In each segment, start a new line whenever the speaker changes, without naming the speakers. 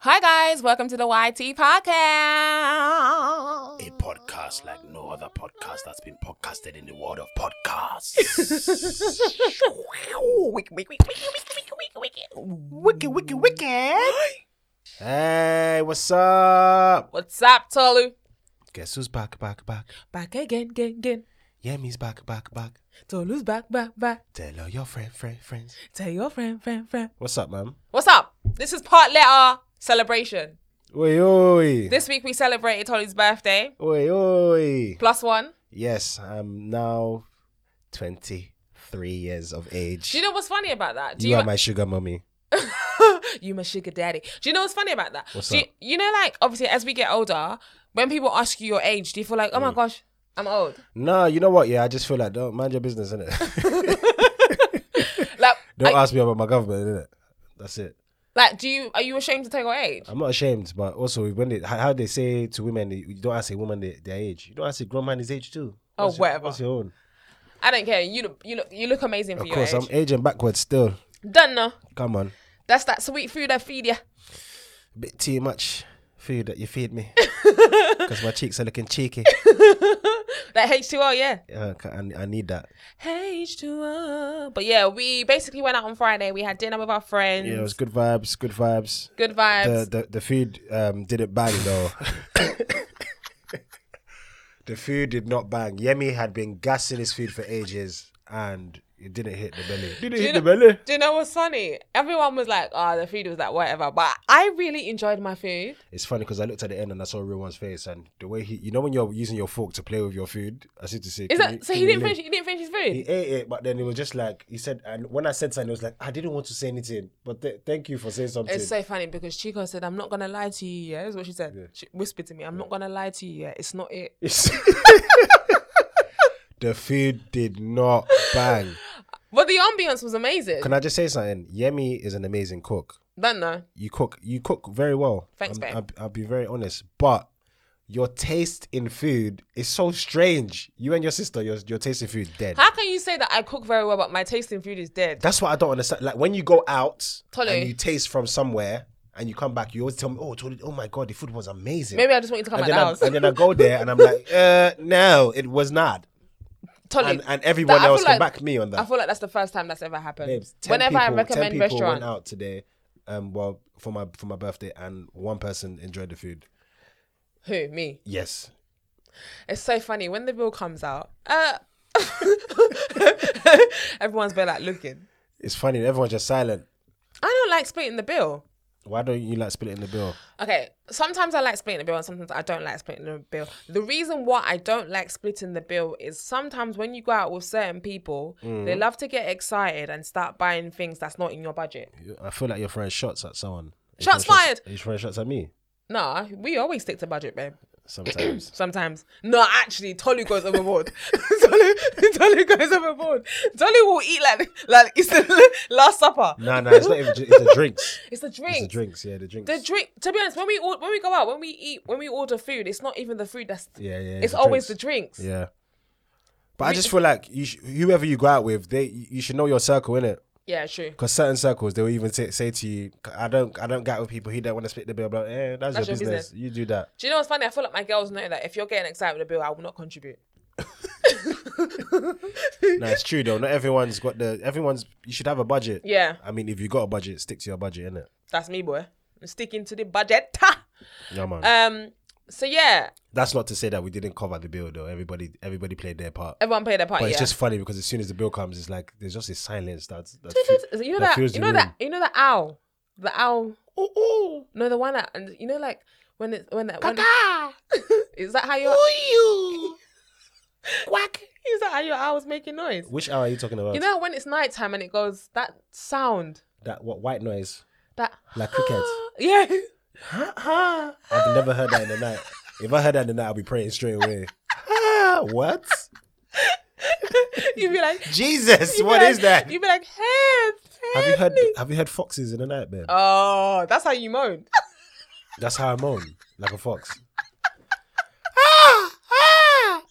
Hi, guys. Welcome to the YT podcast.
A podcast like no other podcast that's been podcasted in the world of podcasts.
Wicked, wicked, wicked, wicked, wicked, wicked.
wicked, wicked, wicked. Hey, what's up?
What's up, Tolu?
Guess who's back, back, back?
Back again, again, again.
Yemi's back, back, back.
Tolu's back, back, back.
Tell all your friend, friend, friends.
Tell your friend, friend, friend.
What's up, ma'am?
What's up? This is part letter celebration.
Oi, oi.
This week we celebrated Tolu's birthday.
Oi, oi.
Plus one.
Yes, I'm now 23 years of age.
Do you know what's funny about that? Do
You are my sugar mommy.
you my sugar daddy. Do you know what's funny about that?
What's
do you,
up?
you know, like obviously as we get older, when people ask you your age, do you feel like,
Mm.
oh my gosh, I'm old?
No, you know what? Yeah, I just feel like, don't mind your business, innit?
Like,
don't
I-
ask me about my government, innit? That's it.
like, do you are you ashamed to tell your age?
I'm not ashamed, but also when they how how they say to women, you don't ask a woman their, their age. You don't ask a grown man his age too.
Oh,
What's your-
whatever.
what's your own?
I don't care. You look, you look, you look amazing for
Of
your
course,
age.
I'm aging backwards still.
Done now.
Come on,
That's that sweet food I feed ya.
a bit too much food that you feed me because my cheeks are looking cheeky.
That H2O, yeah.
Uh, ca- I, I need that.
H2O. But yeah, we basically went out on Friday. We had dinner with our friends.
Yeah, it was good vibes. Good vibes.
Good vibes.
The the, the food um, didn't bang though. the food did not bang. Yemi had been gassing his food for ages, and it didn't hit the belly. Did it
you
hit
know-
the belly?
do you know what's funny? Everyone was like, oh, the food was like, whatever. But I really enjoyed my food.
It's funny because I looked at the end and I saw Ruwan's face and the way he, you know, when you're using your fork to play with your food, I seem to see.
Is
"Can you-
that so?
can
He
you
didn't
live?"
finish. He didn't finish his food.
He ate it, but then it was just like he said. And when I said something, it was like I didn't want to say anything, but th- thank you for saying something.
It's so funny because Chico said, "I'm not gonna lie to you." Yeah, is what she said. She whispered to me, "I'm not gonna lie to you. Yeah, it's not it."
the food did not bang.
But the ambience was amazing.
Can I just say something? Yemi is an amazing cook.
Don't know.
You cook, you cook very well.
Thanks,
I'm-
babe.
I'll, I'll be very honest, but. Your taste in food is so strange. You and your sister, your, your taste in food dead.
How can you say that I cook very well, but my taste in food is dead?
That's what I don't understand. Like when you go out
Tolu.
and you taste from somewhere and you come back, you always tell me, "Oh, Tolu, oh my god, the food was amazing."
Maybe I just want you to come
and
back
then
to
I,
house.
and then I go there and I'm like, "Uh, no, it was not."
Totally.
And and everyone
That- I
else
feel
can
like-
back me on
I
that.
feel like that's the first time that's ever happened.
Babes, 10
Whenever I
people- 10
recommend
people went
restaurant,
out today, um, well, for my for my birthday, and one person enjoyed the food.
who me?
Yes,
It's so funny when the bill comes out. Uh, everyone's been like looking.
it's funny. Everyone's just silent.
I don't like splitting the bill.
Why don't you like splitting the bill?
Okay, sometimes I like splitting the bill and sometimes I don't like splitting the bill. The reason why I don't like splitting the bill is sometimes when you go out with certain people, they
Mm.
love to get excited and start buying things that's not in your budget.
You- I feel like you're throwing shots at someone. Are you
Shots
throwing
fired.
Are you throwing shots at me
Nah, we always stick to budget, babe.
sometimes.
Sometimes. No, actually, Tolu goes overboard. Tolu, Tolu goes overboard. Tolu will eat like like it's the last supper.
No, no, it's not even. It's the drinks.
It's the
It's the
drink.
drinks. Yeah, the drinks.
The drink. To be honest, when we or- when we go out, when we eat, when we order food, it's not even the food that's.
yeah, yeah.
It's always the drinks.
Yeah. But I just feel like you, sh- whoever you go out with, they you you should know your circle, innit?
Yeah, true.
Because certain circles, they'll even say, say to you, "I don't, I don't get with people who don't want to split the bill." Blah, eh, that's, your, business. You do that.
Do you know what's funny? I feel like my girls know that if you're getting excited with a bill, I will not contribute.
No, it's true though. Not everyone's got the. Everyone's. You should have a budget.
Yeah,
I mean, if you got a budget, stick to your budget, innit?
that's me, boy. I'm sticking to the budget.
Yeah, man.
um. So yeah,
that's not to say that we didn't cover the bill though. Everybody, everybody played their part.
everyone played their part.
But
Uh, yeah.
it's just funny because as soon as the bill comes, it's like there's just this silence that's. that's
you know that,
fills
you
the
know that
room. Oh,
you know the owl the owl
ooh, ooh,
no the one that and you know like when it when that when
caca.
is that how your
you.
quack is that how your owl's making noise
Which hour are you talking about?
you know when it's nighttime and it goes that sound
that what white noise?
that
Like cricket.
yeah
I've never heard that in the night. If I heard that in the night, I'll be praying straight away. Ah, what?
you'd be like
Jesus,
you'd be
what
like-
is that?
you'd be like help,
Have you
help
heard?
me."
Have you heard foxes in the night, man?
oh that's how you moan
That's how I moan like a fox.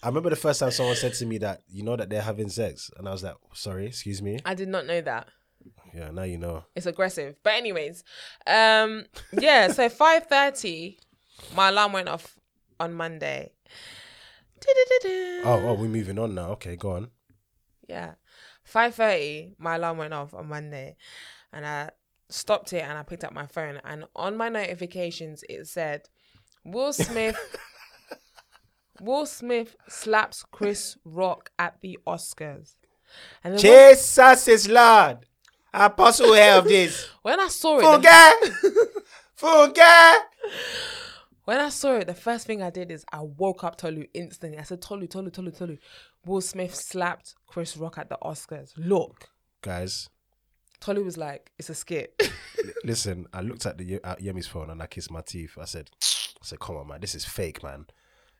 I remember the first time someone said to me that you know that they're having sex, and I was like, "Sorry, excuse me."
I did not know that
Yeah, now you know.
It's aggressive. But anyways, um, yeah. So five thirty, my alarm went off on Monday. Du-du-du-du.
Oh, oh, we're moving on now. Okay, go on.
Yeah, five thirty, my alarm went off on Monday, and I stopped it and I picked up my phone and on my notifications it said, Will Smith. Will Smith slaps Chris Rock at the Oscars. And then when-
Jesus is Lord. Apostle hear of this.
when I saw it, the-
Funke! Funke!
When I saw it, the first thing I did is I woke up Tolu instantly. I said, Tolu, Tolu, Tolu, Tolu. Will Smith slapped Chris Rock at the Oscars. Look.
Guys,
Tolu was like, it's a skit.
listen, I looked at the Ye- at Yemi's phone and I kissed my teeth. I said, I said, come on, man, this is fake, man.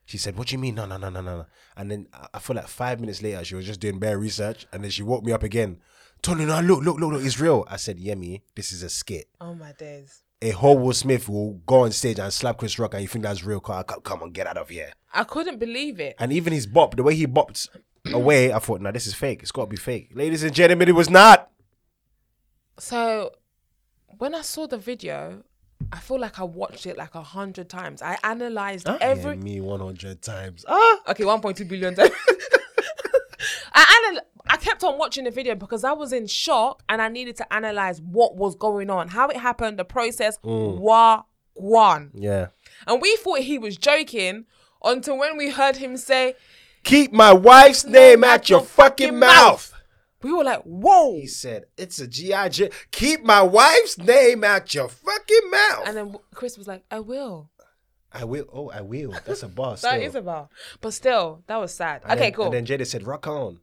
She said, "What do you mean? No, no, no, no, no." no." And then I I feel like five minutes later, she was just doing bare research, and then she woke me up again. Tony, no, look, look, look, look, it's real. I said, "Yemi, this is a skit.
oh my days.
A whole Will Smith will go on stage and slap Chris Rock, and you think that's real? Come come- come on, get out of here."
I couldn't believe it.
And even his bop, the way he bopped away, I thought, "Nah, this is fake. It's got to be fake." Ladies and gentlemen, it was not.
So when I saw the video, I feel like I watched it like a hundred times. I analyzed
Ah.
every
me one hundred times.
okay, 1.2 billion times. I anal- I kept on watching the video because I was in shock and I needed to analyze what was going on, how it happened, the process,
Mm.
wah guan.
Yeah.
And we thought he was joking until when we heard him say,
Keep my wife's name out your fucking mouth.
we were like, whoa.
He said, It's a G.I. Joe. Keep my wife's name out your fucking mouth.
And then Chris was like, I will.
I will. Oh, I will. That's a boss.
That is about. But still, that was sad. okay, cool.
And then Jada said, Rock on.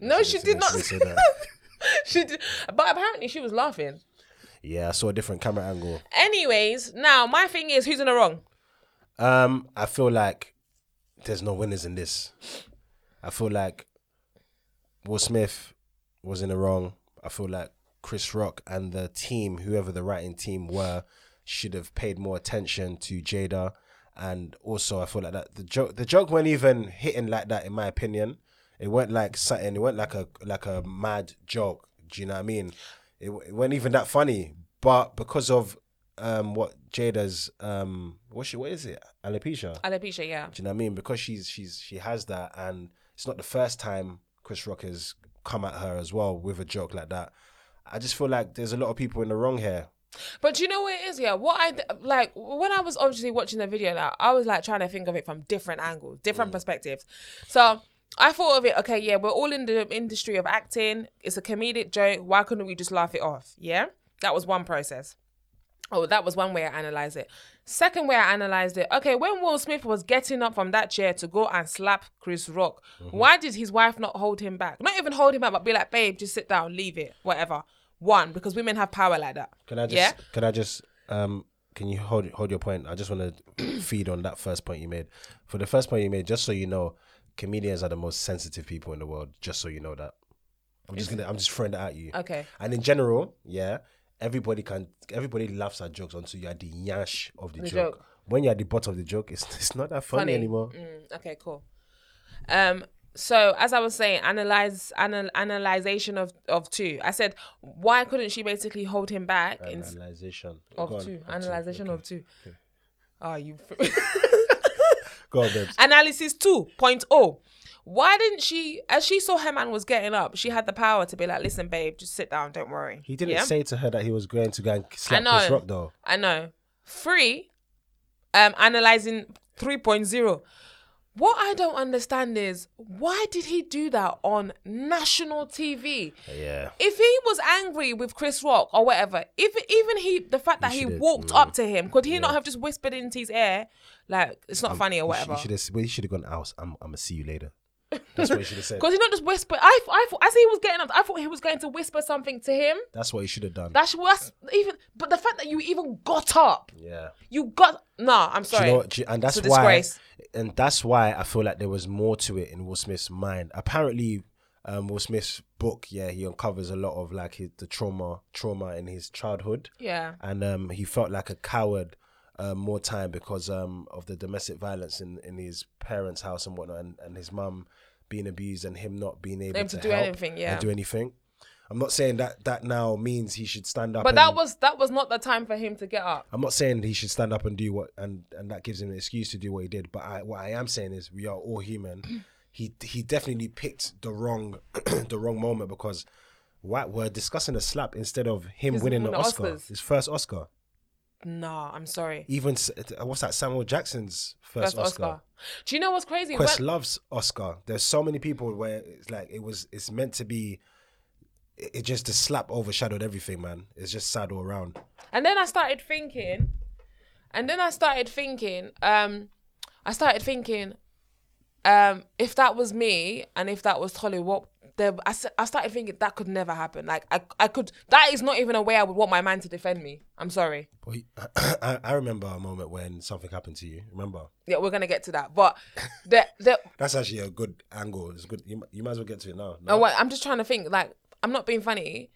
no, she did not.
She said that.
she did, but apparently she was laughing.
Yeah, I saw a different camera angle.
Anyways, now my thing is, who's in the wrong?
Um, I feel like there's no winners in this. I feel like Will Smith was in the wrong. I feel like Chris Rock and the team, whoever the writing team were, should have paid more attention to Jada. And also, I feel like that the joke the joke weren't even hitting like that, in my opinion. It weren't like something. It weren't like a like a mad joke. Do you know what I mean? It, w- it weren't even that funny. But because of um what Jada's um what she what is it alopecia?
Alopecia, yeah.
Do you know what I mean? Because she's she's she has that, and it's not the first time Chris Rock has come at her as well with a joke like that. I just feel like there's a lot of people in the wrong here.
But do you know what it is? Yeah, what I d- like when I was obviously watching the video, like, I was like trying to think of it from different angles, different perspectives. So I thought of it. Okay, yeah, we're all in the industry of acting. It's a comedic joke. Why couldn't we just laugh it off? Yeah, that was one process. Oh, that was one way I analyzed it. Second way I analyzed it. Okay, when Will Smith was getting up from that chair to go and slap Chris Rock, why did his wife not hold him back? Not even hold him back, but be like, babe, just sit down, leave it, whatever. One, because women have power like that.
Can I just
Yeah.
can I just um can you hold hold your point? I just want to feed on that first point you made. For the first point you made, just so you know, comedians are the most sensitive people in the world. Just so you know that. I'm just gonna I'm just throwing that at you.
Okay.
And in general, yeah, everybody can everybody laughs at jokes until you are the yash of the, joke.
joke.
When you're at the butt of the joke, it's it's not that funny,
Funny.
anymore.
Mm, okay, cool. Um, so as I was saying, analyze anal- analyzation of of two. I said, why couldn't she basically hold him back in
Analyzation Uh, Go
of
on,
two?
of two,
Analyzation
okay.
of two. Oh, you.
Go on, babes.
Analysis 2.0. Why didn't she, as she saw her man was getting up, she had the power to be like, listen, babe, just sit down, don't worry.
He didn't
Yeah?
say to her that he was going to go and slap
know.
Chris Rock though.
I know. Three, um, analyzing 3.0. What I don't understand is why did he do that on national TV?
Yeah.
If he was angry with Chris Rock or whatever, if even he, the fact that he
should've- mm,
walked up to him, could he not have just whispered into his ear, like it's not funny or whatever?
Um, You should have. Well, you should have gone out. I'm. I'm gonna see you later. That's what you should have said.
Because he not just whisper. I, I thought as he was getting up, I thought he was going to whisper something to him.
That's what you should have done.
That's that's even. But the fact that you even got up,
yeah.
you got nah. I'm
Do
sorry.
you know what, do you- and that's
It's a
why.
disgrace.
And that's why I feel like there was more to it in Will Smith's mind. Apparently, um, Will Smith's book, yeah, he uncovers a lot of like his, the trauma, trauma in his childhood.
Yeah.
and um, he felt like a coward um, more time because um, of the domestic violence in, in his parents' house and whatnot, and, and his mum being abused and him not being able
Able
to,
to do
help
anything, yeah.
and do anything. I'm not saying that that now means he should stand up.
But
and,
that was that was not the time for him to get up.
I'm not saying he should stand up and do what and and that gives him an excuse to do what he did. But I, what I am saying is we are all human. he he definitely picked the wrong the wrong moment because why, we're discussing a slap instead of him
He's
winning
won
the
the
Oscar,
Oscars.
his first Oscar.
Nah, I'm sorry.
Even s- what's that Samuel Jackson's first,
First Oscar.
Oscar.
Do you know what's crazy?
Quest
When-
loves Oscar. There's so many people where it's like it was. It's meant to be. It it just the slap overshadowed everything, man. It's just sad all around.
and then I started thinking, and then I started thinking, um, I started thinking, um, if that was me and if that was Tolly, what there, I, s- I started thinking that could never happen. Like I, I could. That is not even a way I would want my man to defend me. I'm sorry.
But I, I remember a moment when something happened to you. Remember?
Yeah, we're gonna get to that, but the the
That's actually a good angle. It's good. You, mi- you might as well get to it now.
No,
No?
what, Oh, I'm just trying to think. Like, I'm not being funny.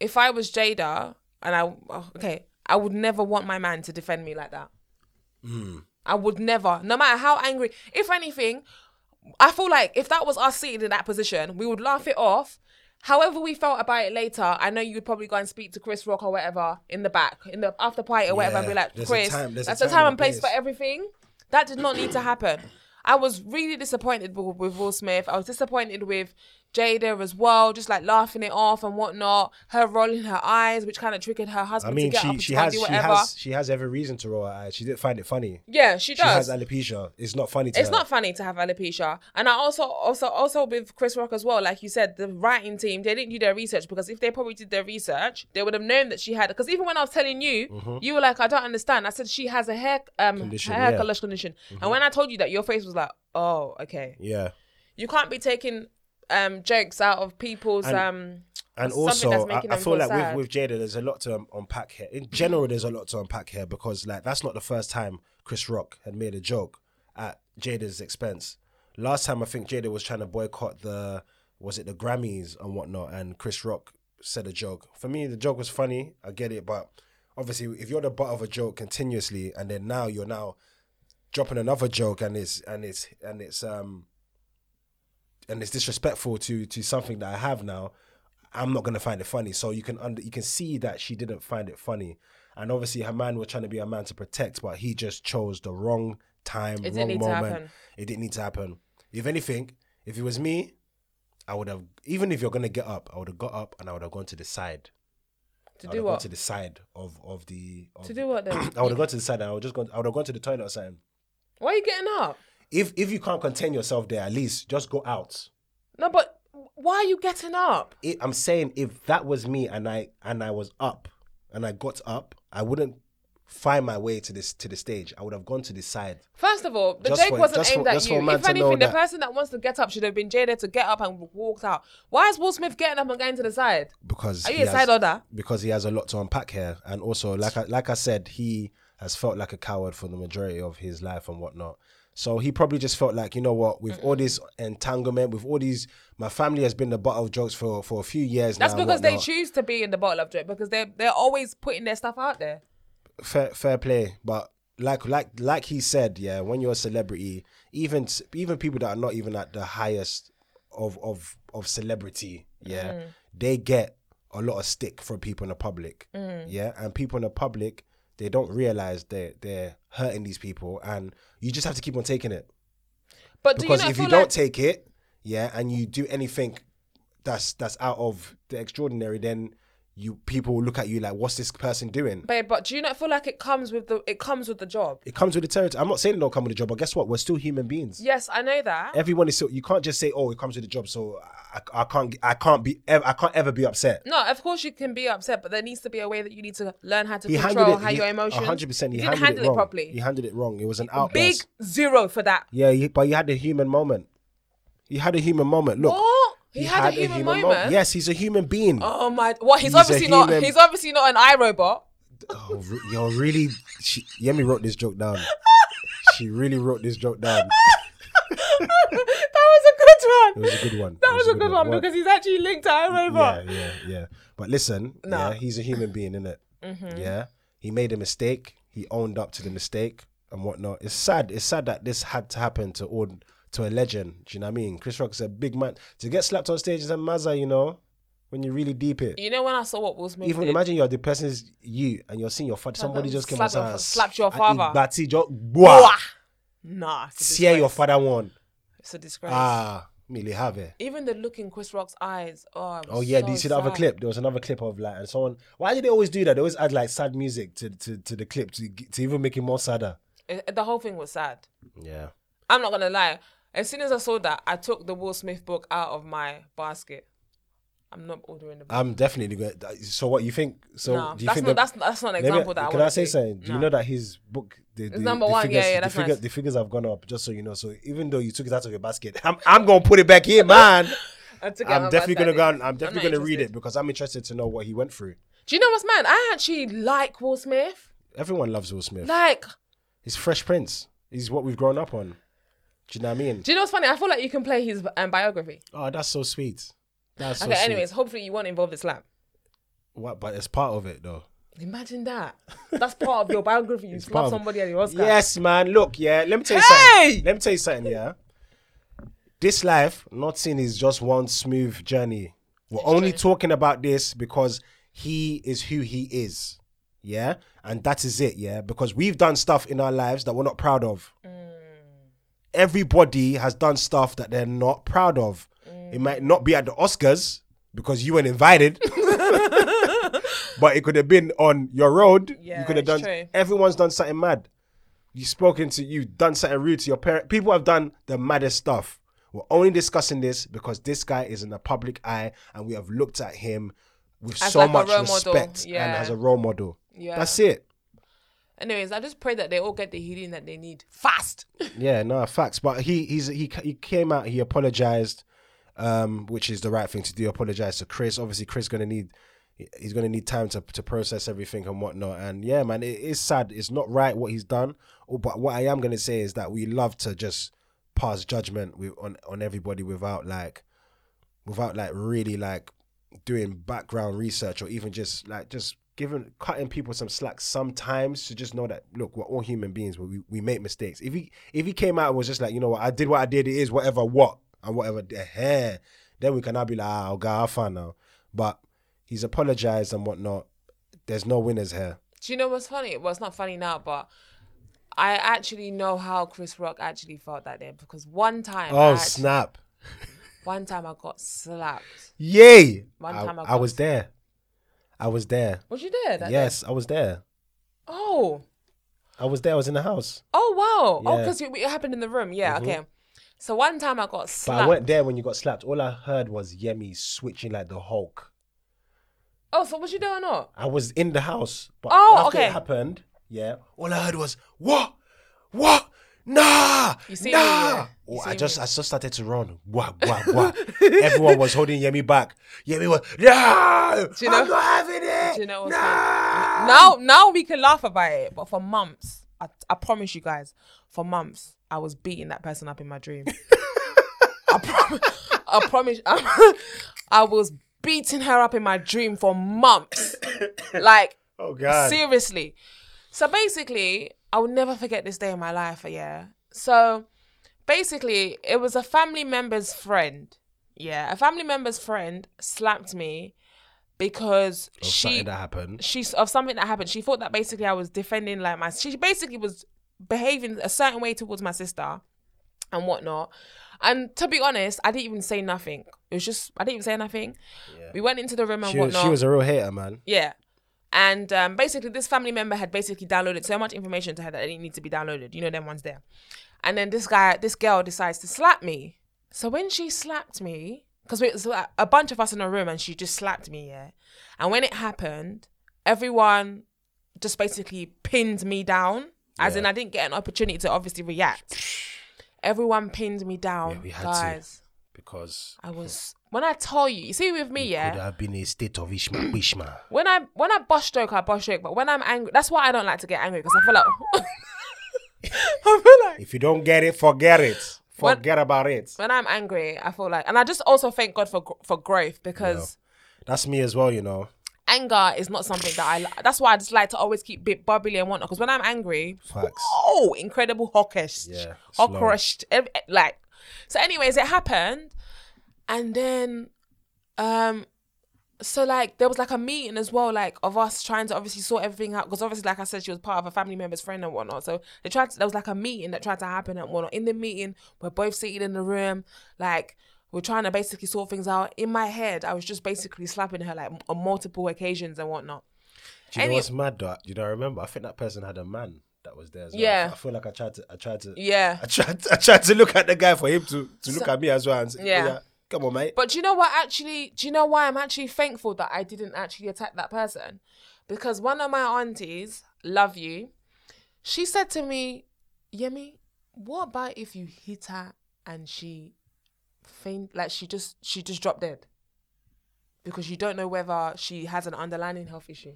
If I was Jada, and I oh, okay, I would never want my man to defend me like that.
Hmm.
I would never, no matter how angry. If anything, I feel like if that was us sitting in that position, we would laugh it off. However, we felt about it later. I know you'd probably go and speak to Chris Rock or whatever in the back, in the after party or whatever, and be
Yeah,
like,
there's a
Chris,
time- there's a
that's the
time
time
and
and place for
place."
everything. That did not need to happen. I was really disappointed with, with Will Smith. I was disappointed with Jada as well, just like laughing it off and whatnot. Her rolling her eyes, which kind of triggered her
I
husband to
mean,
get up
she
and
she
try
has
and
she
do whatever.
has she has every reason to roll her eyes. She didn't find it funny.
yeah, she
She
does.
has alopecia. It's not funny to
it's
her.
not funny to have alopecia. And I also, also, also with Chris Rock as well, like you said, the writing team, they didn't do their research because if they probably did their research, they would have known that she had, because even when I was telling you, you were like, I don't understand. I said, she has a hair, um,
Mm-hmm. Condition,
hair
yeah. Mm-hmm.
color condition. And when I told you that, your face was like, oh, okay.
Yeah.
You can't be taking, um, jokes out of people's,
And-
um,
and
something
also
that's
I,
making
I
them
feel
feel
like with,
sad.
with Jada there's a lot to um, unpack here in general there's a lot to unpack here because like that's not the first time Chris Rock had made a joke at Jada's expense last time I think Jada was trying to boycott the was it the Grammys and whatnot and Chris Rock said a joke for me the joke was funny I get it but obviously if you're the butt of a joke continuously and then now you're now dropping another joke and it's and it's and it's um and it's disrespectful to to something that I have now, I'm not gonna find it funny. So you can under you can see that she didn't find it funny, and obviously her man was trying to be a man to protect, but he just chose the wrong time,
didn't
wrong
need to
moment.
happen.
It didn't need to happen. If anything, if it was me, I would have. Even if you're gonna get up, I would have got up and I would have gone to the side.
to
I would
do
have gone
what?
to the side of of the. Of,
To do what then?
I would have gone to the side. And I would just gone. I would have gone to the toilet or something.
Why are you getting up?
If if you can't contain yourself there, at least just go out.
No, but why are you getting up?
it, I'm saying if that was me and I and I was up and I got up, I wouldn't find my way to this to the stage. I would have gone to the side.
First of all, the
Just
joke
for-
wasn't
just for-
aimed at
just for a
you.
man
If
to know
anything, the
that-
person that wants to get up should have been Jada to get up and walked out. Why is Will Smith getting up and going to the side?
Because
Are you
he
a side
has,
order?
Because he has a lot to unpack here. And also like I like I said, he has felt like a coward for the majority of his life and whatnot. So he probably just felt like, you know what, with all this entanglement, with all these my family has been the butt of jokes for, for a few years
That's
now. and
because they
whatnot.
choose to be in the bottle of drink because they're they're always putting their stuff out there.
fair, fair play, but like like like he said, yeah, when you're a celebrity, even s- even people that are not even at the highest of of of celebrity, yeah,
Mm.
they get a lot of stick from people in the public,
Mm.
yeah, and people in the public they don't realize they they're hurting these people, and you just have to keep on taking it
But
because
do you not
if
feel
you
like
don't take it, yeah, and you do anything that's that's out of the extraordinary, then you people will look at you like, what's this person doing?
babe, but do you not feel like it comes with the it comes with the job?
It comes with the territory. I'm not saying it don't come with the job, but guess what? We're still human beings.
Yes, I know that.
Everyone is still. You can't just say, "Oh, it comes with the job," so I, I can't. I can't be. ev- I can't ever be upset.
No, of course you can be upset, but there needs to be a way that you need to learn how to
He handled
control
it.
how
he-
your emotions.
100%. He
You didn't
handled it,
handle it,
wrong.
properly.
He handled it wrong. It was an
Big
outburst.
zero for that.
Yeah, he, but you had a human moment. You had a human moment. Look,
Oh, he, had, a human, moment.
mo- yes, he's a human being.
Oh my! What? He's,
He's a
obviously not.
human-
He's obviously not an iRobot.
Oh, re- yo, really? She, Yemi wrote this joke down. she really wrote this joke down.
that was a
It
good one.
was a good one.
That
It
was a good one
What-
because he's actually linked to
yeah,
iRobot.
yeah, yeah. But listen,
No.
yeah, he's a human being, isn't it?
Mm-hmm.
Yeah, he made a mistake. He owned up to the mistake and whatnot. It's sad. It's sad that this had to happen to all to a legend. Do you know what I mean? Chris Rock is a big man. To get slapped on stage is a mazza, you know. when you really deep it.
You know when I saw what Will Smith
Even
did?
imagine you're the person's you and you're seeing your father. Somebody just came
slap
and said,
your-
"Ah,
slapped your
I eat
father."
Bati, just Bwah!
Nah, it's a
Tear your
disgrace.
father one.
It's a disgrace.
Ah, Mili have it.
Even the look in Chris Rock's eyes. Oh, I was
Oh yeah,
so
did you see the other
sad.
clip? There was another clip of like, and someone. Why do they always do that? They always add like sad music to to, to the clip to to even make it more sadder.
It- the whole thing was sad.
Yeah.
I'm not gonna lie. As soon as I saw that, I took the Will Smith book out of my basket. I'm not ordering the book.
I'm definitely going. to So what you think? Ah, So
no,
do you
that's
think
not
the-
that's that's not an
Maybe-
example that I
Can
wanna
I say
see.
something? Do you
No.
know that his book, the, the,
number
the
one, yeah,
figures,
yeah,
the,
that's
figure,
nice.
the figures have gone up. Just so you know, so even though you took it out of your basket, I'm, I'm gonna put it back here, man.
I took it out of
I'm
my
definitely gonna
basket.
go. And, I'm definitely
not
gonna read it
interested.
because I'm interested to know what he went through.
Do you know what's mad? I actually like Will Smith.
Everyone loves Will Smith.
Like,
He's Fresh Prince. He's what we've grown up on. Do you know what I mean?
do you know what's funny? I feel like you can play his um, biography.
Oh, that's so sweet. That's so
okay,
sweet.
anyways, hopefully you won't involve the slap.
What, but it's part of it though.
Imagine that. That's part of your biography. You
part
slap
of-
somebody at the Oscar.
Yes, man. Look, yeah. Let me tell you
Hey!
something. Let me tell you something, yeah. This life, nothing is just one smooth journey. We're only talking about this because he is who he is. Yeah? And that is it, yeah? Because we've done stuff in our lives that we're not proud of.
Mm.
Everybody has done stuff that they're not proud of. It might not be at the Oscars because you weren't invited. but it could have been on your road.
Yeah,
you could have
it's
done
true.
everyone's done something mad. You've spoken to you've done something rude to your parent. People have done the maddest stuff. We're only discussing this because this guy is in the public eye and we have looked at him with
As
so
like a
much
role model,
respect and
yeah.
as a role model.
Yeah.
That's it.
Anyways, I just pray that they all get the healing that they need fast.
Yeah, no facts. But he he's he he came out. He apologized, um, which is the right thing to do. Apologize to Chris. Obviously, Chris gonna need he's gonna need time to to process everything and whatnot. And yeah, man, it is sad. It's not right what he's done. Oh, but what I am gonna say is that we love to just pass judgment with, on on everybody without like without like really like doing background research or even just like just giving cutting people some slack sometimes to just know that look we're all human beings we, we make mistakes if he if he came out and was just like you know what i did what i did it is whatever what and whatever the hair then we can now be like ah, oh god i fine now but he's apologized and whatnot there's no winners here
Do you know what's funny? Well, it's not funny now, but I actually know how Chris Rock actually felt that day because one time, I
oh
act-
snap
one time I got slapped.
yay
One
I,
time I
I was there i was there
Was you there? That Day?
yes i was there
Oh,
i was there i was in the house
oh wow. Oh,
Yeah. Mm-hmm.
because it, it happened in the room. Yeah. Okay. So one time I got
But
slapped.
I weren't there when you got slapped. All I heard was Yemi switching like the Hulk.
oh, so was you there or not?
I was in the house, but
Oh,
after
okay.
it happened, yeah, all I heard was what, what, nah,
You see
nah.
me, yeah. You
Oh,
see
I
me.
just, I just started to run. Wah, wah, wah. Everyone was holding Yemi back. Yemi was, no,
you know-
I'm not having it.
Do you know what's
nah.
funny? Now, now we can laugh about it, but for months, I, I promise you guys, for months, I was beating that person up in my dream. I, prom- I promise, I was beating her up in my dream for months. Like,
Oh God.
Seriously. So basically, I will never forget this day in my life. Yeah. So basically, it was a family member's friend. Yeah, a family member's friend slapped me because she
Something that happened.
she's of something that happened. She thought that basically I was defending like my. She basically was behaving a certain way towards my sister, and whatnot. And to be honest, I didn't even say nothing. It was just I didn't even say nothing. We went into the room and
She, was-
whatnot.
she was a real hater, man.
Yeah. And um, basically, this family member had basically downloaded so much information to her that it didn't need to be downloaded. You know, them ones there. And then this guy, this girl decides to slap me. So when she slapped me, because it was like uh, a bunch of us in a room and she just slapped me, yeah. And when it happened, everyone just basically pinned me down, as in I didn't get an opportunity to obviously react. Everyone pinned me down,
we had to.
guys.
Because
I was, when I tell you, you see with me, yeah.
could have been a state of Ishma, Ishma.
When I when I boss joke, I boss joke. But when I'm angry, that's why I don't like to get angry because I feel like I feel like
If you don't get it, forget it.
What-
Forget about it.
when I'm angry, I feel like, and I just also thank God for gr- for growth because
That's me as well, you know.
anger is not something that I. li- That's why I just like to always keep bit bubbly and whatnot. Because when I'm angry,
Facts.
oh, incredible hawkish,
Yeah, it's long.
hawkish, ev- eh, like. So, anyways, it happened, and then, um, so like there was like a meeting as well, like of us trying to obviously sort everything out because obviously, like I said, she was part of a family member's friend and whatnot. So they tried. To, there was like a meeting that tried to happen and whatnot. In the meeting, we're both seated in the room, like we're trying to basically sort things out. In my head, I was just basically slapping her like on multiple occasions and whatnot.
Do you
Any-
know what's mad? Though? You know, I remember. I think that person had a man that was there as well.
Yeah.
I feel like I tried to. I tried to.
Yeah.
I tried. I tried to look at the guy for him to to look at me as well. And say,
Yeah.
yeah. Come on, mate.
But do you know what? Actually, do you know why I'm actually thankful that I didn't actually attack that person? Because one of my aunties, love you, she said to me, Yemi, what about if you hit her and she faint, like she just she just dropped dead? Because you don't know whether she has an underlying health issue.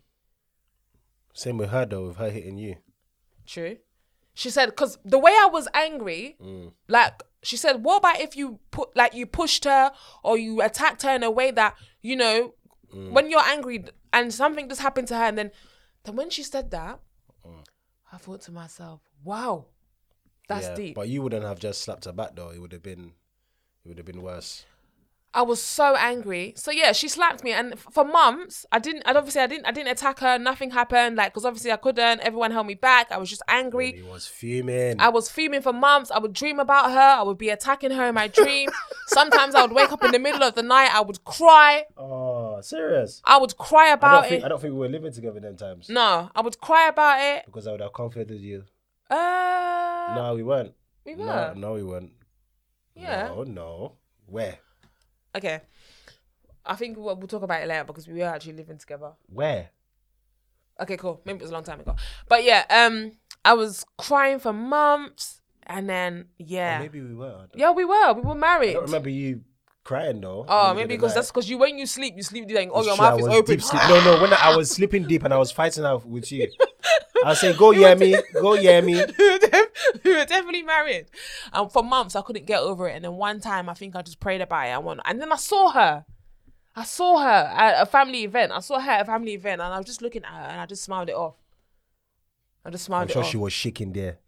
Same with her though. With her hitting you.
True. She said, because the way I was angry,
Mm.
like she said, what about if you put like you pushed her or you attacked her in a way that you know
Mm.
when you're angry and something just happened to her and then then when she said that,
Mm.
I thought to myself, wow, that's
yeah.
deep.
But you wouldn't have just slapped her back though. It would have been. It would have been worse.
I was so angry. So yeah, she slapped me, and f- for months I didn't. I obviously I didn't. I didn't attack her. Nothing happened. Like because obviously I couldn't. Everyone held me back. I was just angry.
He was fuming.
I was fuming for months. I would dream about her. I would be attacking her in my dream. Sometimes I would wake up in the middle of the night. I would cry.
oh, serious.
I would cry
I
about
don't, think,
it.
I don't think we were living together them times
no, I would cry about it.
because I would have comforted you.
Uh,
No, we weren't.
we were.
No, no, we weren't.
yeah.
No, no. Where?
Okay. I think we'll, we'll talk about it later because we were actually living together.
Where?
Okay, cool. Maybe it was a long time ago. But yeah, um, I was crying for months, and then yeah,
Maybe we were. I don't-
yeah, we were. We were married.
I don't remember you crying though.
Oh, maybe because that's because you when you sleep, you sleep like oh
It's
your
true, I
mouth is
was
open.
deep sleep- No, no. When I, I was sleeping deep and I was fighting out with you, I was saying, "Go, Yemi, go, Yemi."
we were def- we were definitely married. And for months, I couldn't get over it. And then one time, I think I just prayed about it. I want, and then I saw her. I saw her at a family event. I saw her at a family event, and I was just looking at her, and I just smiled it off. I just smiled
I'm
it
sure
off.
she was shaking there.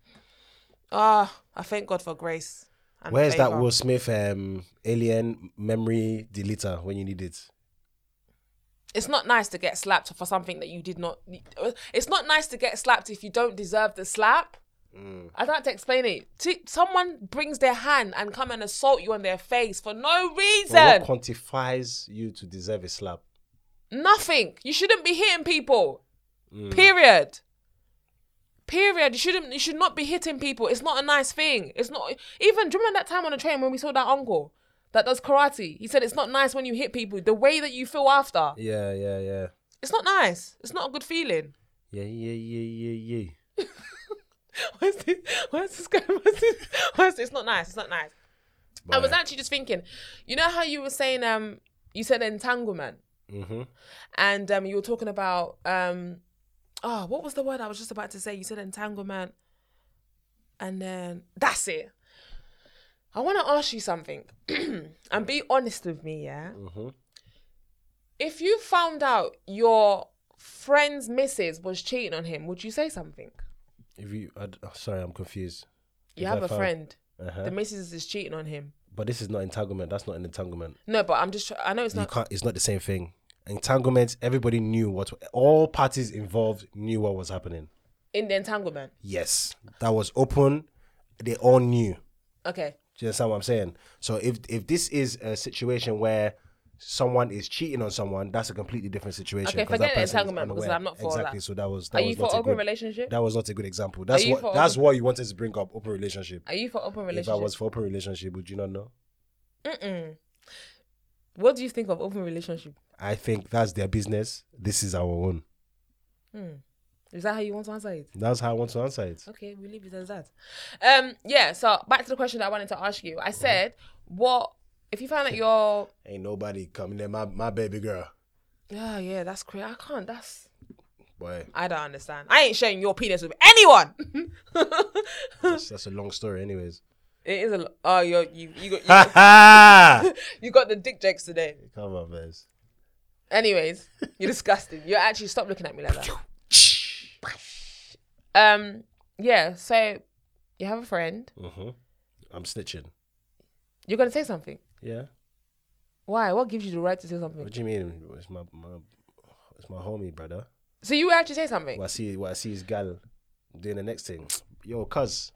Ah, I thank God for grace. and
Where's that
favor.
Will Smith um, alien memory deleter when you need it?
It's not nice to get slapped for something that you did not. It's not nice to get slapped if you don't deserve the slap.
Mm.
I don't have to explain it. T- someone brings their hand and come and assault you on their face for no reason.
But what quantifies you to deserve a slap?
Nothing. You shouldn't be hitting people. Period. Period. You shouldn't. You should not be hitting people. It's not a nice thing. It's not. Even do you remember that time on the train when we saw that uncle that does karate? He said it's not nice when you hit people. The way that you feel after,
Yeah, yeah, yeah,
it's not nice. It's not a good feeling.
yeah, yeah, yeah, yeah, yeah.
Where's this? Where's this going? Where's this? Where's this? It's not nice. It's not nice. I was actually just thinking, you know how you were saying, um, you said entanglement,
Mm-hmm.
and um, you were talking about, um, oh, what was the word I was just about to say? You said entanglement, and then that's it. I want to ask you something, and be honest with me, yeah.
Mhm.
If you found out your friend's missus was cheating on him, would you say something?
If you, I, d- oh, sorry, I'm confused.
You
If
have
I
a
found-
friend.
Uh-huh.
The missus is cheating on him.
But this is not entanglement. That's not an entanglement.
No, but I'm just. Try- I know it's
You
not.
can't. It's not the same thing. Entanglement. Everybody knew what. All parties involved knew what was happening.
in the entanglement.
Yes, that was open. They all knew.
Okay.
Do you understand what I'm saying? So if if this is a situation where someone is cheating on someone, that's a completely different situation.
Okay,
'cause
forget
that person is
entanglement, because
unaware.
I'm not for that.
exactly. So that was. That
Are
was
you
not
for
a
open
good,
relationship?
That was not a good example. That's
Are you
what.
for
That's
open-
what you wanted to bring up. Open relationship.
Are you for open
If
relationship?
I was for open relationship, would you not know?
Mm-mm. What do you think of open relationship?
I think that's their business. This is our own.
Is that how you want to answer it?
That's how I want to answer it.
Okay, we leave it as that. Um, yeah. So back to the question that I wanted to ask you. I said, what if you found out your?
Ain't nobody coming there, my, my baby girl.
Yeah, yeah, that's crazy. I can't. That's
Boy,
I don't understand. I ain't sharing your penis with anyone. it
that's, that's a long story, anyways.
is a lo- oh you you you got
Ha ha!
you, you got the dick jokes today.
Come on, man.
Anyways, you're disgusting. You actually stop looking at me like that. Um, yeah. So you have a friend.
Mm-hmm. I'm snitching.
You're gonna say something.
Yeah.
Why? What gives you the right to say something?
What do you mean? It's my, my it's my homie, brother.
So you would actually say something?
What I see, what I see is gal doing the next thing. Yo, cuz,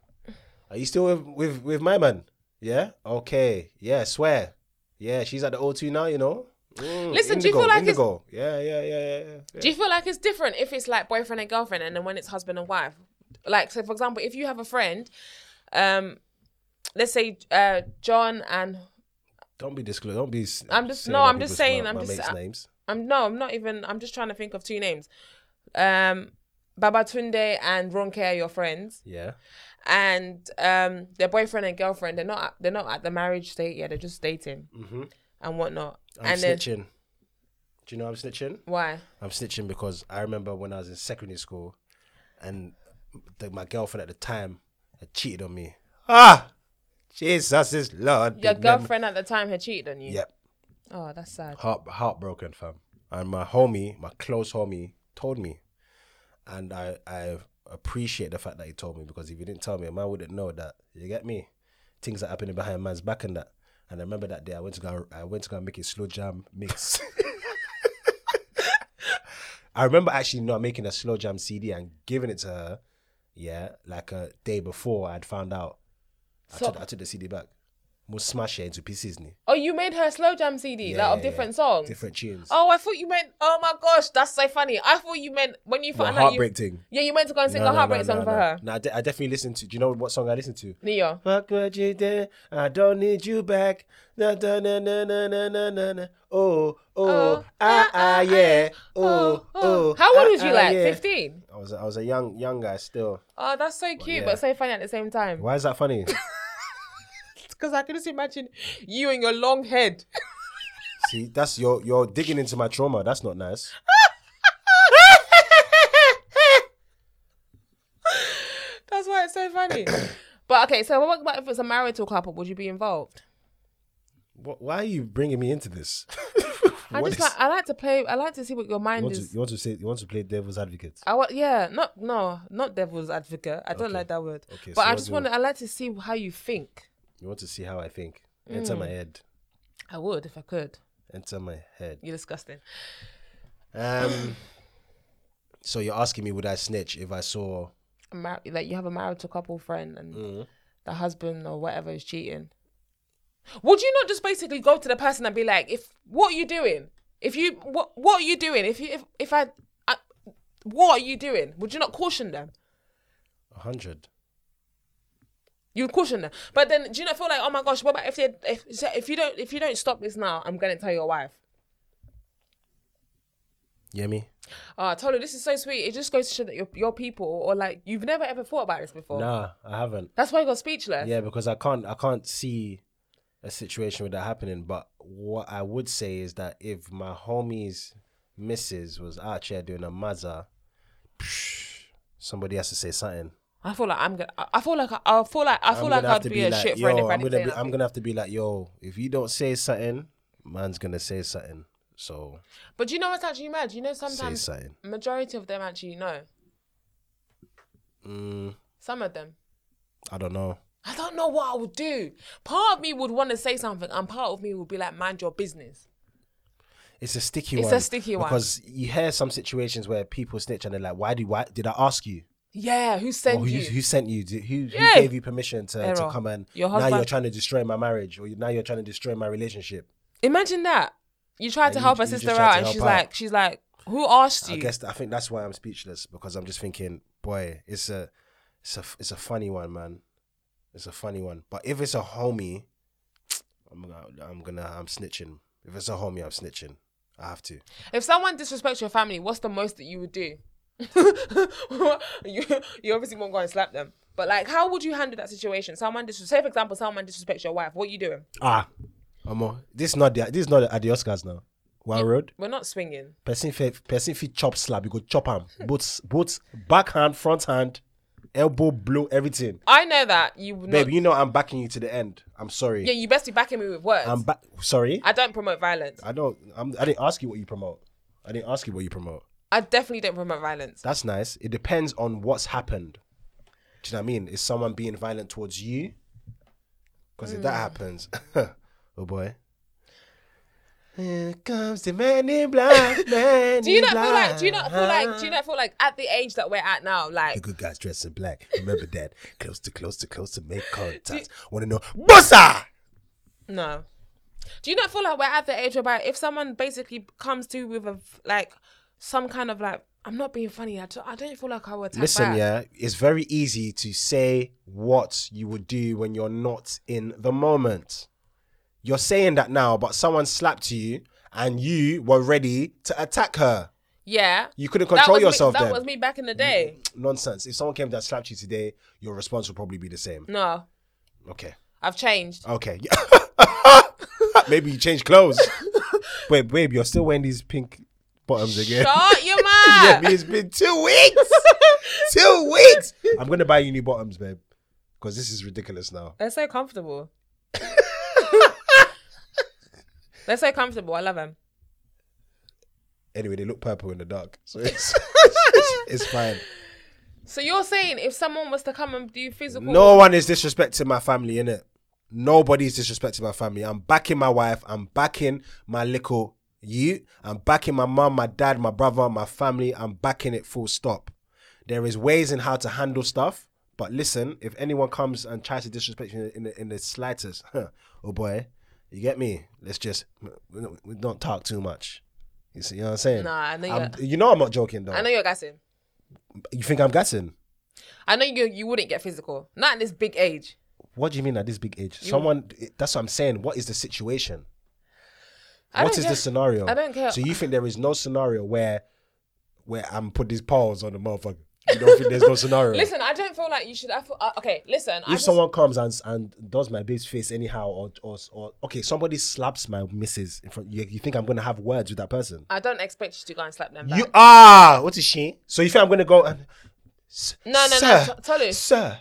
are you still with, with with my man? Yeah. Okay. Yeah. Swear. Yeah. She's at the O2 now. You know. Mm,
Listen, do you feel like it's-
Indigo. Yeah, yeah, yeah, yeah, yeah, yeah.
Do you feel like it's different if it's like boyfriend and girlfriend and then when it's husband and wife? Like, so for example, if you have a friend, um, let's say uh, John and
Don't be disclose. Don't be. s-
I'm just-
saying
no,
my
I'm just
people's-
saying,
My,
I'm
my
just-
mates'
I-
names.
I'm um, no, I'm not even. I'm just trying to think of two names. Um, Babatunde and Ronke are your friends,
Yeah.
and um, their boyfriend and girlfriend. They're not. at- They're not at the marriage state yet. They're just dating and whatnot.
Mm-hmm. I'm
and then
snitching. Do you know I'm snitching?
why?
I'm snitching because I remember when I was in secondary school, and the, my girlfriend at the time had cheated on me. Ah, Jesus is Lord.
Your
big mem-
girlfriend at the time had cheated on you.
Yep.
Oh, that's sad.
Heart heartbroken, fam. And my homie, my close homie, told me, and I I appreciate the fact that he told me because if he didn't tell me, a man wouldn't know that. You get me? Things that happening behind man's back and that. And I remember that day I went to go I went to go and make a slow jam mix. I remember actually not making a slow jam CD and giving it to her. Yeah, like a day before I'd found out. I,
So-
took, I took the CD back. Must smash it into pieces, ni.
Oh, you made her slow jam CD
Yeah,
like of
yeah,
different
yeah.
songs.
different tunes.
Oh, I thought you meant. Oh my gosh, that's so funny. I thought you meant when you
the
found out. You,
heartbreak thing.
yeah, you meant to go and sing a heartbreak song for
no.
her.
No, I, de- I definitely listened to. Do you know what song I listened to?
Neo.
Fuck what you did. I don't need you back. Na na na na na na na na. na. Oh oh
Oh,
ah
ah,
ah
ah,
yeah.
Oh,
Oh oh.
How old
ah,
was you?
ah,
Like
yeah.
fifteen.
I was I was a young young guy still.
Oh, that's so cute,
yeah.
but so funny at the same time.
Why is that funny?
Because I can just imagine you and your long head.
See, that's you're you're digging into my trauma. That's not nice.
that's why it's so funny. but okay, so what about if it's a marital couple? Would you be involved?
What, why are you bringing me into this?
I
What
just
is-
like I like to play. I like to see what your
you
mind
want to
is.
you want to say you want to play devil's advocate.
I want, yeah, not no, not devil's advocate. I don't
Okay.
like that word.
Okay,
but
so
I
what
just
do-
want. to I like to see how you think.
You want to see how I think. Enter my
Mm.
head.
I would if I could.
Enter my head.
You're disgusting.
Um. so you're asking me, would I snitch if I saw?
A Mar- like you have a marital couple friend and
Mm-hmm.
the husband or whatever is cheating. Would you not just basically go to the person and be like, "If what are you doing? If you what what are you doing? If you if if I, I what are you doing? Would you not caution them?
A hundred.
You would caution them. But then do you not feel like, oh my gosh, what about if they if so if you don't if you don't stop this now, I'm gonna tell your wife.
You hear me?
Ah, totally. This is so sweet. It just goes to show that you're, you're people, or like you've never ever thought about this before.
Nah, I haven't.
That's why you got speechless.
Yeah, because I can't. I can't see a situation with that happening. But what I would say is that if my homie's missus was out here doing a mazza, somebody has to say something.
I feel like I'm gonna. I I feel like I, I feel like I feel
I'm
like
gonna have
I'd
to
be, a
like,
shit
yo,
friend if I
I'm
didn't
gonna
say
be, I'm
nothing.
gonna have to be like, yo, if you don't say something, man's gonna say something. So
But you know what's actually mad? You know sometimes
say something.
majority of them actually know.
Mm,
Some of them.
I don't know.
I don't know what I would do. Part of me would want to say something, and part of me would be like, "Mind your business."
It's a sticky
It's
one.
a sticky one.
because you hear some situations where people snitch and they're like, "Why do why did I ask you?
Yeah, who
Or
sent
who,
you?
who sent Oh, you? Did, who,
Yeah.
who gave you permission to, to
Error.
come and
Your
now you're
husband-
trying to destroy my marriage or you- now you're trying to destroy my relationship?
Imagine that. You tried to
you-
help her
you just
sister
tried to
out, and
help
she's
out.
like, she's like, "Who asked you?"
I guess I think that's why I'm speechless because I'm just thinking, boy, it's a it's a it's a funny one, man. It's a funny one. But if it's a homie, I'm gonna I'm gonna I'm snitching. If it's a homie, I'm snitching. I have to.
If someone disrespects your family, what's the most that you would do? you, you obviously won't go and slap them. But like, how would you handle that situation? Someone disres- say, for example, someone disrespects your wife. What you doing?
Ah, Amo, this is not the this is not at the Oscars now. One road.
We're not swinging.
person fit person fit chop slap you go chop am both both backhand front hand elbow blow everything
I know that you would
babe
not.
you know i'm backing you to the end i'm sorry
Yeah, you best be backing me with words.
i'm back sorry
I don't promote violence.
i don't I'm, i didn't ask you what you promote i didn't ask you what you promote
I definitely don't promote violence.
that's nice it depends on what's happened do you know what i mean is someone being
Mm.
violent towards you because if that happens oh boy Here comes the man in black, man
Do you
in
not feel like? Do you not
black.
feel like? Do you not feel like? At the age that we're at now,
The
like,
good guys dressed in black. Remember that. Close to close to close to make contact. Want to know, Bossa!
no. Do you not feel like we're at the age whereby if someone basically comes to you with a like some kind of like, I'm not being funny. I don't, I don't feel like I would. attack
Listen,
back."
yeah, it's very easy to say what you would do when you're not in the moment. You're saying that now, but someone slapped you and you were ready to attack her.
Yeah.
You couldn't
That
control
was me-
yourself
That
then.
was me back in the day.
Nonsense. If someone came that slapped you today, your response would probably be the same.
No,
Okay.
I've changed.
Okay. Maybe you change clothes. Wait, babe, you're still wearing these pink bottoms again.
Shut your
yeah,
mouth.
me, it's been two weeks. two weeks. I'm gonna buy you new bottoms, babe, because this is ridiculous now.
They're so comfortable. They're so comfortable. I love them.
Anyway, they look purple in the dark, so it's it's fine.
So you're saying if someone was to come and do physical,
No one is disrespecting my family, innit? Nobody is disrespecting my family. I'm backing my wife. I'm backing my little you. I'm backing my mum, my dad, my brother, my family. I'm backing it full stop. There is ways in how to handle stuff. But listen, if anyone comes and tries to disrespect you in the, in the slightest, oh boy, you get me? Let's just, we don't- we don't talk too much. You, see, you know what I'm saying?
Nah, I know
I'm- You know I'm not joking though.
I know you're guessing.
You think I'm gassing?
I know you you wouldn't get physical. Not at this big age.
What do you mean at this big age? Someone, that's what I'm saying. What is the situation?
I
what
don't
is
care.
the scenario?
I don't care.
So you think there is no scenario where, where I'm put these paws on the motherfucker? You don't think there's no scenario?
Listen, I don't feel like you should. I feel, uh, okay, listen. I
if
just,
someone comes and and does my babe's face anyhow, or or, or okay, somebody slaps my missus in front, you, you think I'm gonna have words with that person?
I don't expect you to go and slap them back.
You are. What is she? So you think I'm gonna go and? "S-
No, no, no,
sir,
t- tell her."
Sir,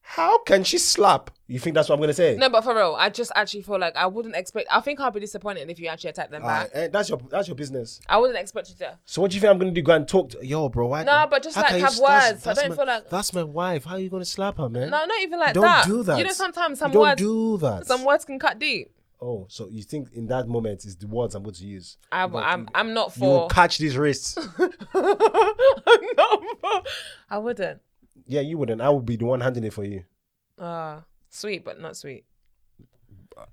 how can she slap? You think that's what I'm gonna say?
no, but for real, I just actually feel like I wouldn't expect. I think I'll be disappointed if you actually attack them
Ah,
back.
eh, that's your that's your business.
I wouldn't expect you to.
So what do you think I'm gonna do? Go and talk to yo, bro? Why,
No, but just,
how
like,
can
have
that's-
words. I
that's
don't
my,
feel like-
that's my wife. How are you gonna slap her, man?
No, not even like
don't
that.
do that.
You know, sometimes
You
some
don't
words,
do that.
some words can cut deep.
oh, so you think in that moment is the words I'm going to use?
I,
But
I'm, I'm not
you
for.
will catch these wrists.
I'm not for. I wouldn't.
yeah, you wouldn't. I would be the one handing it for you.
Uh, sweet, but not sweet.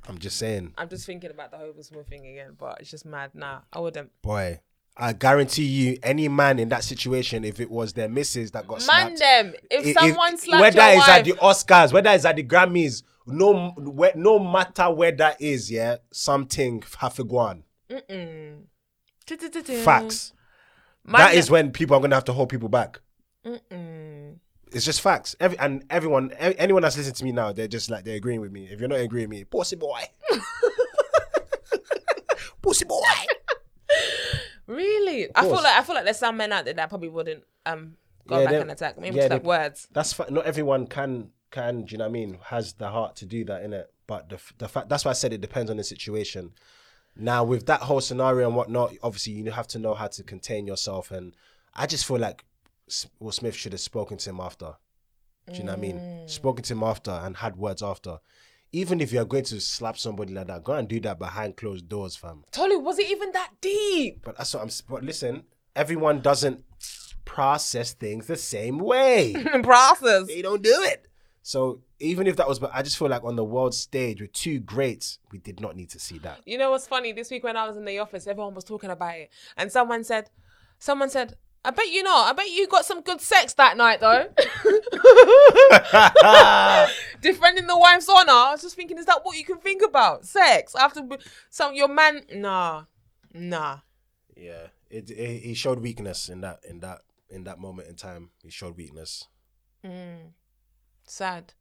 I'm just saying,
I'm just thinking about the Hobo Smith thing again, but it's just mad. Nah, I wouldn't.
boy. I guarantee you, any man in that situation, if it was their missus that got
Man,
slapped,
them. If,
i-
someone slapped
whether
your
it's
wife,
at the Oscars, whether it's at the Grammys, no, where, no matter where that is, yeah, something have to go on.
Du-du-du-du.
Facts.
Man
that
them-
is when people are going to have to hold people back. It's just facts. Every, and everyone, e- anyone that's listening to me now, they're just like, they're agreeing with me. If you're not agreeing with me, pussy boy. pussy boy.
really. I feel
course.
like I feel like there's some men out there that probably wouldn't um go
Yeah,
back
they-
and attack. Maybe
yeah,
just like
they-
words.
That's fa- not everyone can, can, do you know what I mean, has the heart to do that, innit? But the, f- the fact, that's why I said it depends on the situation. Now, with that whole scenario and whatnot, obviously you have to know how to contain yourself. And I just feel like S- Will Smith should have spoken to him after. Do you know what I mean? Spoken to him after and had words after. Even if you're going to slap somebody like that, go and do that behind closed doors, fam.
Tolu, was it even that deep?
But that's what I'm. s- But listen, everyone doesn't process things the same way.
Process.
they don't do it. So even if that was, but I just feel like on the world stage with two greats, we did not need to see that.
You know what's funny? This week when I was in the office, everyone was talking about it, and someone said, someone said. I bet you not. I bet you got some good sex that night though. Defending the wife's honor. I was just thinking, is that what you can think about? Sex after b- some your man? Nah, nah.
Yeah, it, it he showed weakness in that in that in that moment in time. He showed weakness.
sad.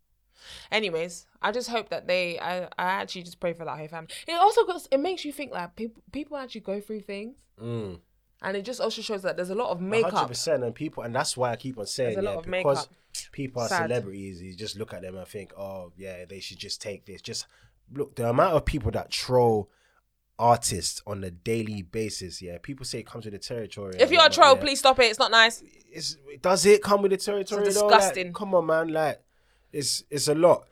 Anyways, I just hope that they. I, I actually just pray for that whole family. It also goes. It makes you think like people people actually go through things, and it just also shows that there's a lot of
Mm. hundred
makeup.
percent, and people, and that's why I keep on saying
There's a lot
yeah,
of
because
makeup.
people are
Sad.
celebrities. You just look at them and think, oh yeah, they should just take this. Just look, the amount of people that troll artists on a daily basis. Yeah, people say it comes with the territory. and
If you're a
whatnot,
troll,
yeah.
please stop it. It's not nice.
It's, does it come with the territory?
It's
though? Like,
disgusting.
come on, man. Like it's it's a lot.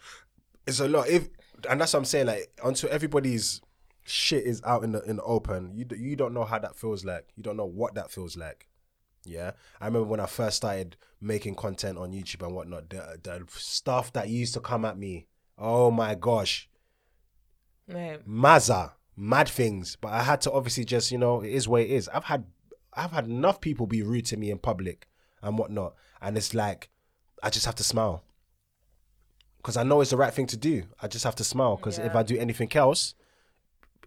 It's a lot. If and that's what I'm saying. Like until everybody's shit is out in the in the open, you d- you don't know how that feels like. You don't know what that feels like. Yeah, I remember when I first started making content on YouTube and whatnot. The, the stuff that used to come at me. Oh my gosh,
Mate,
Mazza, mad things. But I had to obviously just, you know, it is what it is. I've had I've had enough people be rude to me in public and whatnot. And it's like I just have to smile. Cause I know it's the right thing to do. I just have to smile. Cause if
Yeah.
I do anything else,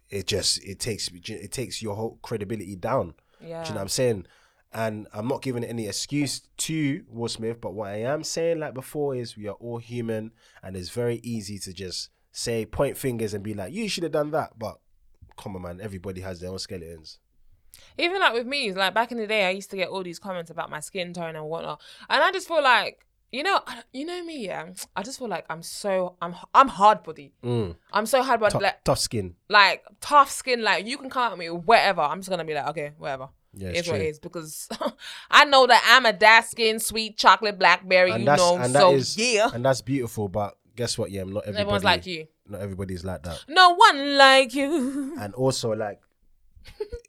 it just it takes it takes your whole credibility down.
yeah.
Do you know what I'm saying? And I'm not giving any excuse to Will Smith, but what I am saying, like before, is we are all human and it's very easy to just say, point fingers and be like, you should have done that. But come on, man, everybody has their own skeletons.
Even like with me, like back in the day, I used to get all these comments about my skin tone and whatnot, and I just feel like. You know, I- you know me, yeah. I just feel like I'm so I'm I'm hard body.
Mm.
I'm so hard body,
Tough,
like,
tough skin.
like tough skin. Like you can come at me with whatever. I'm just gonna be like, okay, whatever.
Yeah,
it's
it's
what it
true.
is because I know that I'm a dark skin, sweet chocolate, blackberry.
And
you
that's
know,
and that
so
is
yeah.
and that's beautiful, but guess what? Yeah, not everybody,
Everyone's like you.
Not everybody's like that.
No one like you.
and also like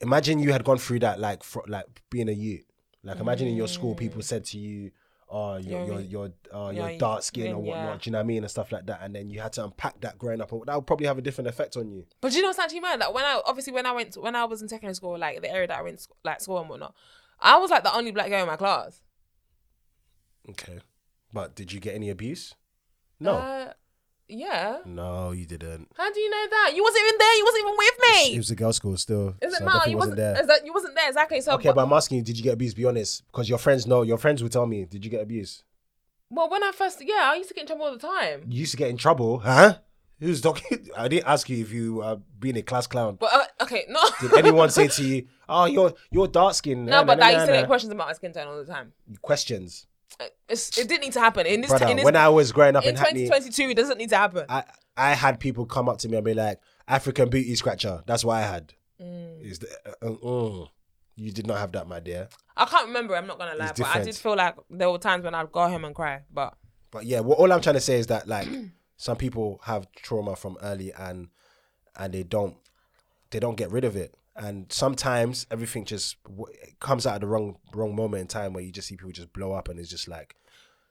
imagine you had gone through that like fro like being a youth like imagine in your school
Mm.
people said to you oh you're you're
You're-
you're, uh,
you're
you're dark skin or
thin,
whatnot
yeah.
do you know what i mean and stuff like that and then you had to unpack that growing up and that would probably have a different effect on you
But you know what's actually mad? Like when I obviously when I went to, when I was in secondary school, like the area that I went to, like school and whatnot, I was like the only black girl in my class.
okay but did you get any abuse no
Uh, yeah.
no you didn't
How do you know that? You wasn't even there. You wasn't even with
it
me.
was a girls school still
Is it
so
no?
I definitely
You
wasn't
wasn't,
there
is that, you wasn't there exactly. So
okay but i'm asking you did you get abused be honest because your friends know your friends will tell me did you get abused
well, when I first yeah, I used to get in trouble all the time.
you used to get in trouble huh who's talking i didn't ask you if you uh, being a class clown
But uh, okay, no.
Did anyone say to you, "Oh, you're you're dark skinned
no, but I used to get questions about my skin tone all the time.
questions,
It's, it didn't need to happen in this.
brother?
in this
when I was growing up in,
in
Hackney,
2022, it doesn't need to happen.
I I had people come up to me and be like, "African booty scratcher." That's what I had. Is the, uh, uh, mm. you did not have that, my dear.
I can't remember. I'm not gonna lie,
It's
but I
different.
did feel like there were times when I'd go home and cry. But
But yeah, well, all I'm trying to say is that like some people have trauma from early and and they don't they don't get rid of it. And sometimes everything just w- it comes out at the wrong wrong moment in time where you just see people just blow up and it's just like,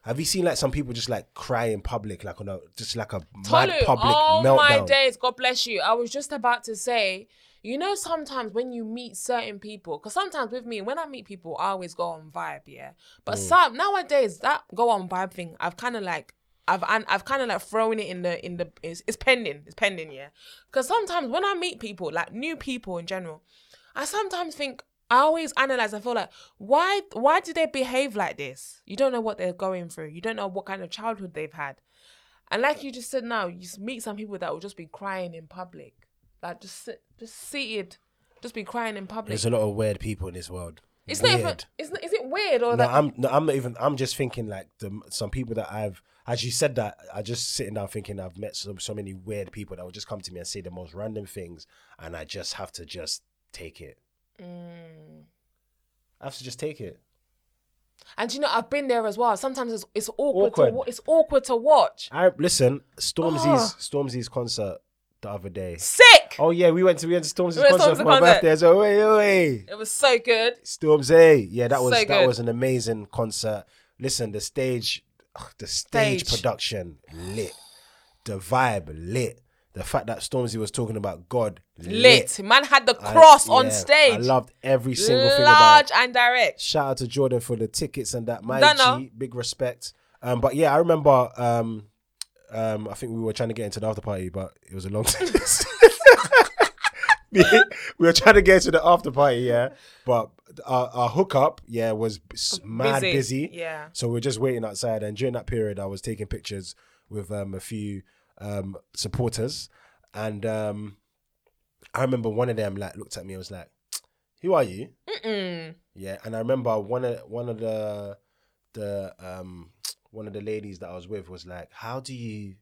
have you seen like some people just like cry in public like on a just like a mad
Tolu,
public
oh
meltdown?
my days, God bless you. I was just about to say, you know, sometimes when you meet certain people, because sometimes with me, when I meet people, I always go on vibe, yeah. But
Mm.
some nowadays, that go on vibe thing, I've kind of like. I've and I've kind of like thrown it in the in the it's, it's pending it's pending yeah, because sometimes when I meet people like new people in general, I sometimes think I always analyze and feel like why why do they behave like this? You don't know what they're going through. You don't know what kind of childhood they've had. And like you just said now, you s- meet some people that will just be crying in public. Like just sit, just seated, just be crying in public.
There's a lot of weird people in this world.
it's
weird.
not even it's not, is it weird or
No,
that
I'm no, I'm not even. I'm just thinking like the some people that I've as you said that I just sitting down thinking I've met so so many weird people that will just come to me and say the most random things, and I just have to just take it.
Mm.
I have to just take it.
and you know, I've been there as well. Sometimes it's it's awkward,
Awkward.
To, wa- it's awkward to watch.
I listen Stormzy's
Ah.
Stormzy's concert the other day.
Sick!
Oh yeah, we went to we went to Stormzy's
We went to
concert for
Stormzy's
my
concert.
birthday. So wait, wait.
It was so good.
Stormzy. Yeah, that was
So
that
good.
was an amazing concert. Listen, the stage, ugh, the stage,
Stage.
production lit, the vibe lit, the fact that Stormzy was talking about God lit,
Lit. Man had the
I-
cross on
yeah,
stage.
I loved every single thing about.
Large
It.
and direct.
Shout out to Jordan for the tickets and that. My
Dunno.
G, big respect. Um, but yeah, I remember. Um, um, I think we were trying to get into the after party, but it was a long time. we were trying to get to the after party, yeah. But our, our hookup, yeah, was s- mad busy.
Yeah.
So we are just waiting outside, and during that period, I was taking pictures with um, a few um, supporters, and um, I remember one of them like looked at me and was like, "Who are you?"
Mm.
Yeah, and I remember one of one of the the um one of the ladies that I was with was like, "How do you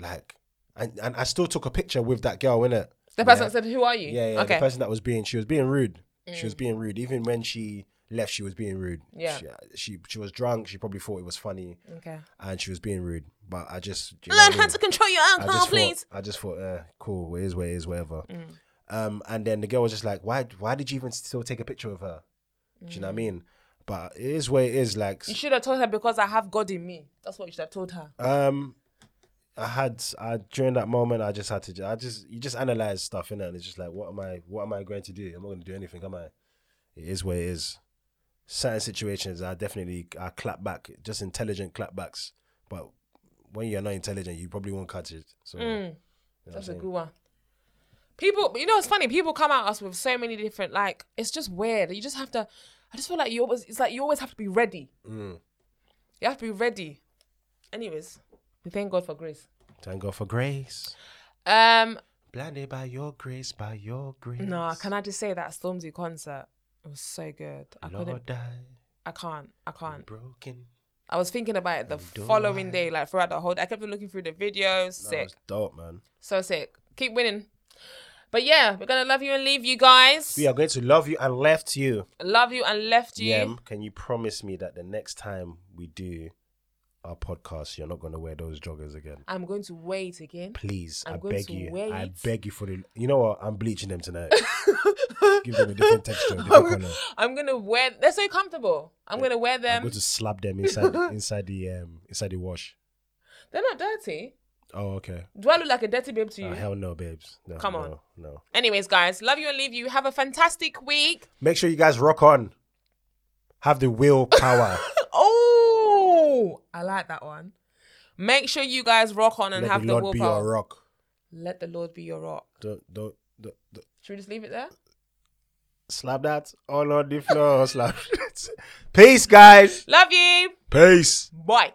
like?" And and I still took a picture with that girl in it.
The person
Yeah.
said, Who are you?
Yeah, yeah.
Okay. Mm.
The person that was being she was being rude. She was being rude, even when she left. She was being rude.
Yeah.
She, uh, she, she was drunk. She probably thought it was funny,
Okay.
and she was being rude. But I just you know
Learn
what I
how
mean?
to control your
I
alcohol,
just
please.
thought I just thought, uh, cool, it is what it is, whatever.
Mm.
Um, and then the girl was just like, why? Why did you even still take a picture of her? Do you know what I mean? But it is what it is. Like,
Mm. You should have told her because I have God in me. That's what you should have told her.
um, I had I during that moment, I just had to. ju- I just you just analyze stuff in and it's just like, what am I? What am I going to do? I'm not going to do anything, am I? It is what it is. Certain situations, I definitely I clap back, just intelligent clapbacks. But when you're not intelligent, you probably won't catch it. So
Mm. That's a good one. People, you know, it's funny. People come at us with so many different. Like, it's just weird. You just have to. I just feel like you always. It's like you always have to be ready. You have to be ready. Anyways, we thank God for grace.
thank God for grace.
Um,
Blinded by your grace, by your grace.
no, can I just say that Stormzy concert was so good. I couldn't.
Lord, I
I can't. I can't.
broken.
I was thinking about it the
do
following
I.
day, like throughout the whole. I kept on looking through the videos.
That
Sick,
was dope, man.
so sick. Keep winning. But yeah, we're gonna love you and leave you guys.
We are going to love you and left you.
Love you and left you.
Yem, can you promise me that the next time we do our podcast, you're not going to wear those joggers again?
I'm going to wait again.
Please, i
I'm going
beg
to
you.
wear
I
it.
beg you for the. You know what? I'm bleaching them tonight. Give them a different texture, different color.
I'm gonna wear. They're so comfortable. I'm gonna wear
I'm
them.
going to slap
um,
them inside inside the um inside the wash.
They're not dirty.
Oh, okay.
Do I look like a dirty babe to you?
Oh, hell no, babes. No,
Come
no,
on.
no.
Anyways, guys, love you and leave you. Have a fantastic week.
Make sure you guys rock on. Have the willpower.
Oh, I like that one. Make sure you guys rock on and
Let
have
the
the
Lord be your
willpower.
rock.
Let the Lord be your rock.
Don't, don't, don't, don't-
Should we just leave it there?
slap that all on the floor. slap. it. Peace, guys.
Love you.
Peace.
Bye.